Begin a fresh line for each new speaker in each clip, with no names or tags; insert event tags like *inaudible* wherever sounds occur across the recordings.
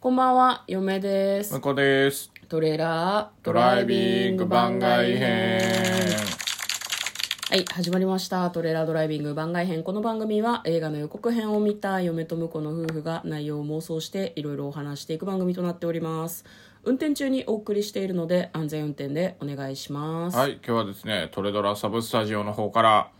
こんばんは、嫁です
向。こうです
トレーラード
ドライビング番外編
はい、始まりました。トレーラードライビング番外編。この番組は映画の予告編を見た嫁と婿の夫婦が内容を妄想していろいろお話していく番組となっております。運転中にお送りしているので安全運転でお願いします。
はい今日はですねトレドラサブスタジオの方から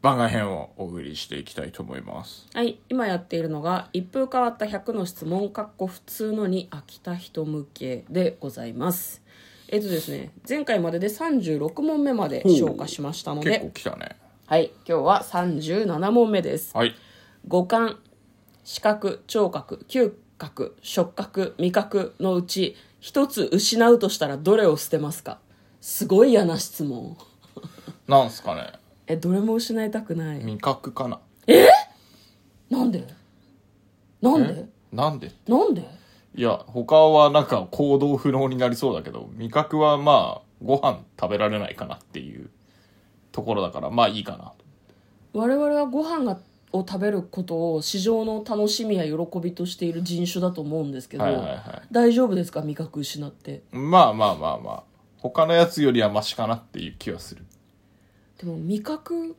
番外編をお送りしていきたいと思います
はい、今やっているのが一風変わった100の質問かっこ普通のに飽きた人向けでございますえっとですね前回までで36問目まで消化しましたの
結構
で
来たね
はい今日は37問目です
はい
五感視覚聴覚嗅覚触覚味覚のうち一つ失うとしたらどれを捨てますかすごい嫌な質問
なんすかね
えどれも失いたくない
味覚かな
なんでなんで
なんで
なんで
いや他はなんか行動不能になりそうだけど味覚はまあご飯食べられないかなっていうところだからまあいいかな
我々はご飯がを食べることを市場の楽しみや喜びとしている人種だと思うんですけど、
はいはいは
大丈夫ですか味覚失って
まあまあまあまあ他のやつよりはマシかなっていう気はする
でも味覚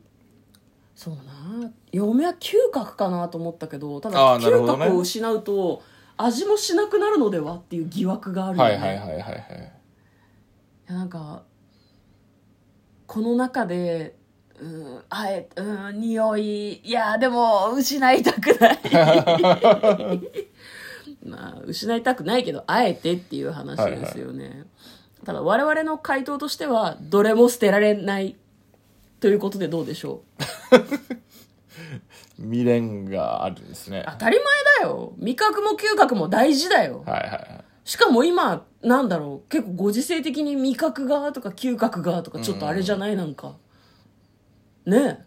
そうな嫁は嗅覚かなと思ったけどた
あ
だ
ーなる
嗅
ほどね
覚を失うと味もしなくなるのではっていう疑惑があるよ
は
ね、
いはい
い
はいはいはい
やなんかこの中でうんあえうん匂いいやでも失いたくないまあ失いたくないけどあえてっていう話ですよね、ただ我々の回答としてはどれも捨てられないということでどうでしょう
未練があるんですね
当たり前だよ味覚も嗅覚も大事だよ
はいはいはい
しかも今なんだろう結構ご時世的に味覚がとか嗅覚がとかちょっとあれじゃないなんかね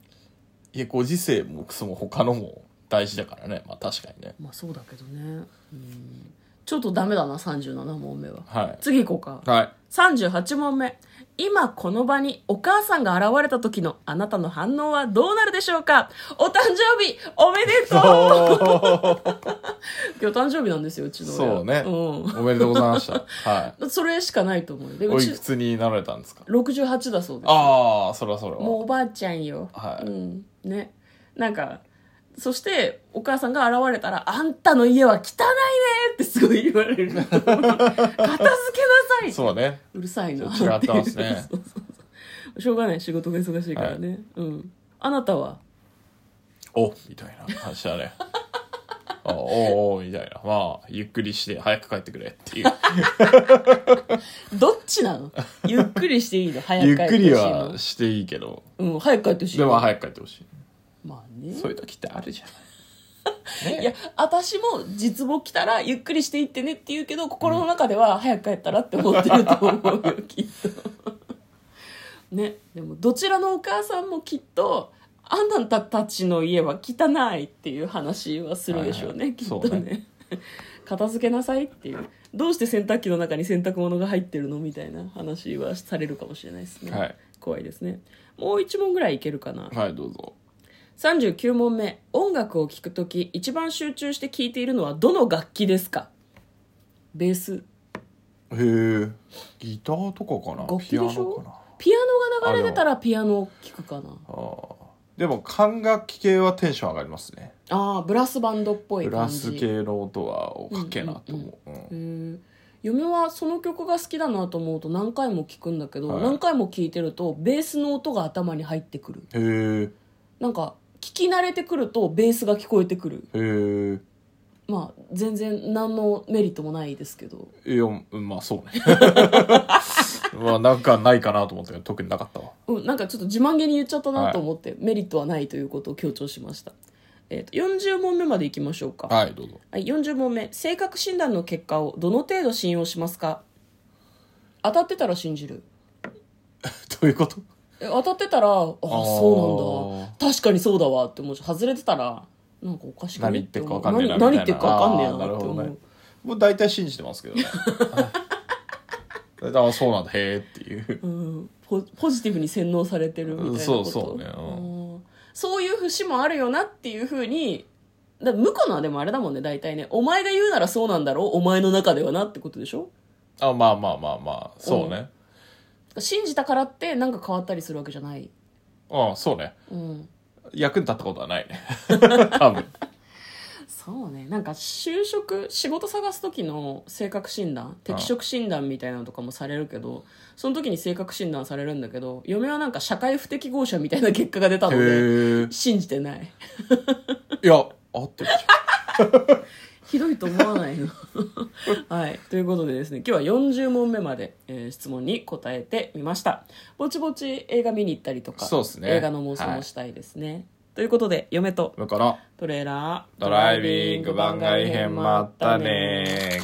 え
いやご時世もクソも他のも大事だからねまあ確かにね
まあそうだけどねうんちょっとダメだな37問目は
はい
次行こうか
はい
38問目今この場にお母さんが現れた時のあなたの反応はどうなるでしょうかお誕生日おめでとう *laughs* 今日誕生日なんですようちの親
そうね、
う
おめでとうございました
*laughs*
はい
んそれしかないと思うで
お
う
い
ち
くつになられたんですか
68だそうです
ああそらそら
もうおばあちゃんよ、
はい
うんねなんかそしてお母さんが現れたら「あんたの家は汚いね」ってすごい言われ
*laughs*
る片付けなさい
そうね
うるさいな
ちょっと違ったんですね
*laughs* そうそうそうしょうがない仕事が忙しいからね、うんあなたは
おみたいな感じ
*laughs*
だねあおおみたいなまあゆっくりして早く帰ってくれっていう
どっちなのゆっくりしていいの早
*laughs* ゆ
く
っ
帰っ
く
て
り
ほしいの
はしていいけど
うん早く帰ってほしい
でも早く帰ってほし
まあ
い
ね
そういう時ってあるじゃない、ね、
いや私も実母来たらゆっくりしていってねって言うけど心の中では早く帰ったらって思ってると思うよきっとねでもどちらのお母さんもきっとあなたたちの家は汚いっていう話はするでしょうね、
はいはい
きっと
そう
ね
ね
*laughs* 片付けなさいっていうどうして洗濯機の中に洗濯物が入ってるのみたいな話はされるかもしれないですね、
はい
怖いですねもう一問ぐらいいけるかな
はいどうぞ
39問目音楽を聴くとき一番集中して聴いているのはどの楽器ですかベース
へえギターとかかな
楽器
ピア
で
ノ
しょ
かな
ピアノが流れてたらピアノを聴くかな
あーでも管楽器系はテンション上がりますね
ああブラスバンドっぽい
ブ
感
ラ
じ
ス系の音はおかけなと思う、うん
へー嫁はその曲が好きだなと思うと何回も聴くんだけど、
はい
何回も聴いてるとベースの音が頭に入ってくる
へえ
なんか聞き慣れてくるとベースが聞こえてくる
へえ
まあ全然何のメリットもないですけど
いや、うんまあそうね。 *laughs* まあなんかないかなと思ったけど、特になかったわ。
うん、なんかちょっと自慢げに言っちゃったなと思って、メリットはないということを強調しました、えー、と40問目までいきましょうか、
*laughs* はい、どうぞ。
はい、40問目性格診断の結果をどの程度信用しますか当たってたら信じる
どういうこと
え当たってたらああそうなんだ確かにそうだわって思うし外れてたらなんかおかしくね
何言ってるかわかんねえな
何何言ってるかわかんねえ
みたい
な
な
って思
あーなる
う、
ほどねもう大体信じてますけどね。 *laughs* はいあそうなんだ、へえっていう。
うん、ポポジティブに洗脳されてるみたいなこと
うんそうそうねうん
あーそういう節もあるよなっていうふうにだ向こうのはでもあれだもんね大体ねお前が言うならそうなんだろうお前の中ではなってことでしょ
あまあまあまあまあそうね
信じたからってなんか変わったりするわけじゃない、
うんそうね
うん、
役に立ったことは
*laughs*
ないね多分
そうねなんか就職仕事探す時の性格診断適職診断みたいなのとかもされるけどその時に性格診断されるんだけど嫁はなんか社会不適合者みたいな結果が出たので
へえ
信じてない
いや合ってるでし
ひどいと思わない
*laughs*
のはいということでですね今日は40問目まで、えー質問に答えてみましたぼちぼち映画見に行ったりとか
そうっすね
映画の妄想もしたいですね、ということで嫁と
ょだから
トレーラー
ドライビング番外編もあったね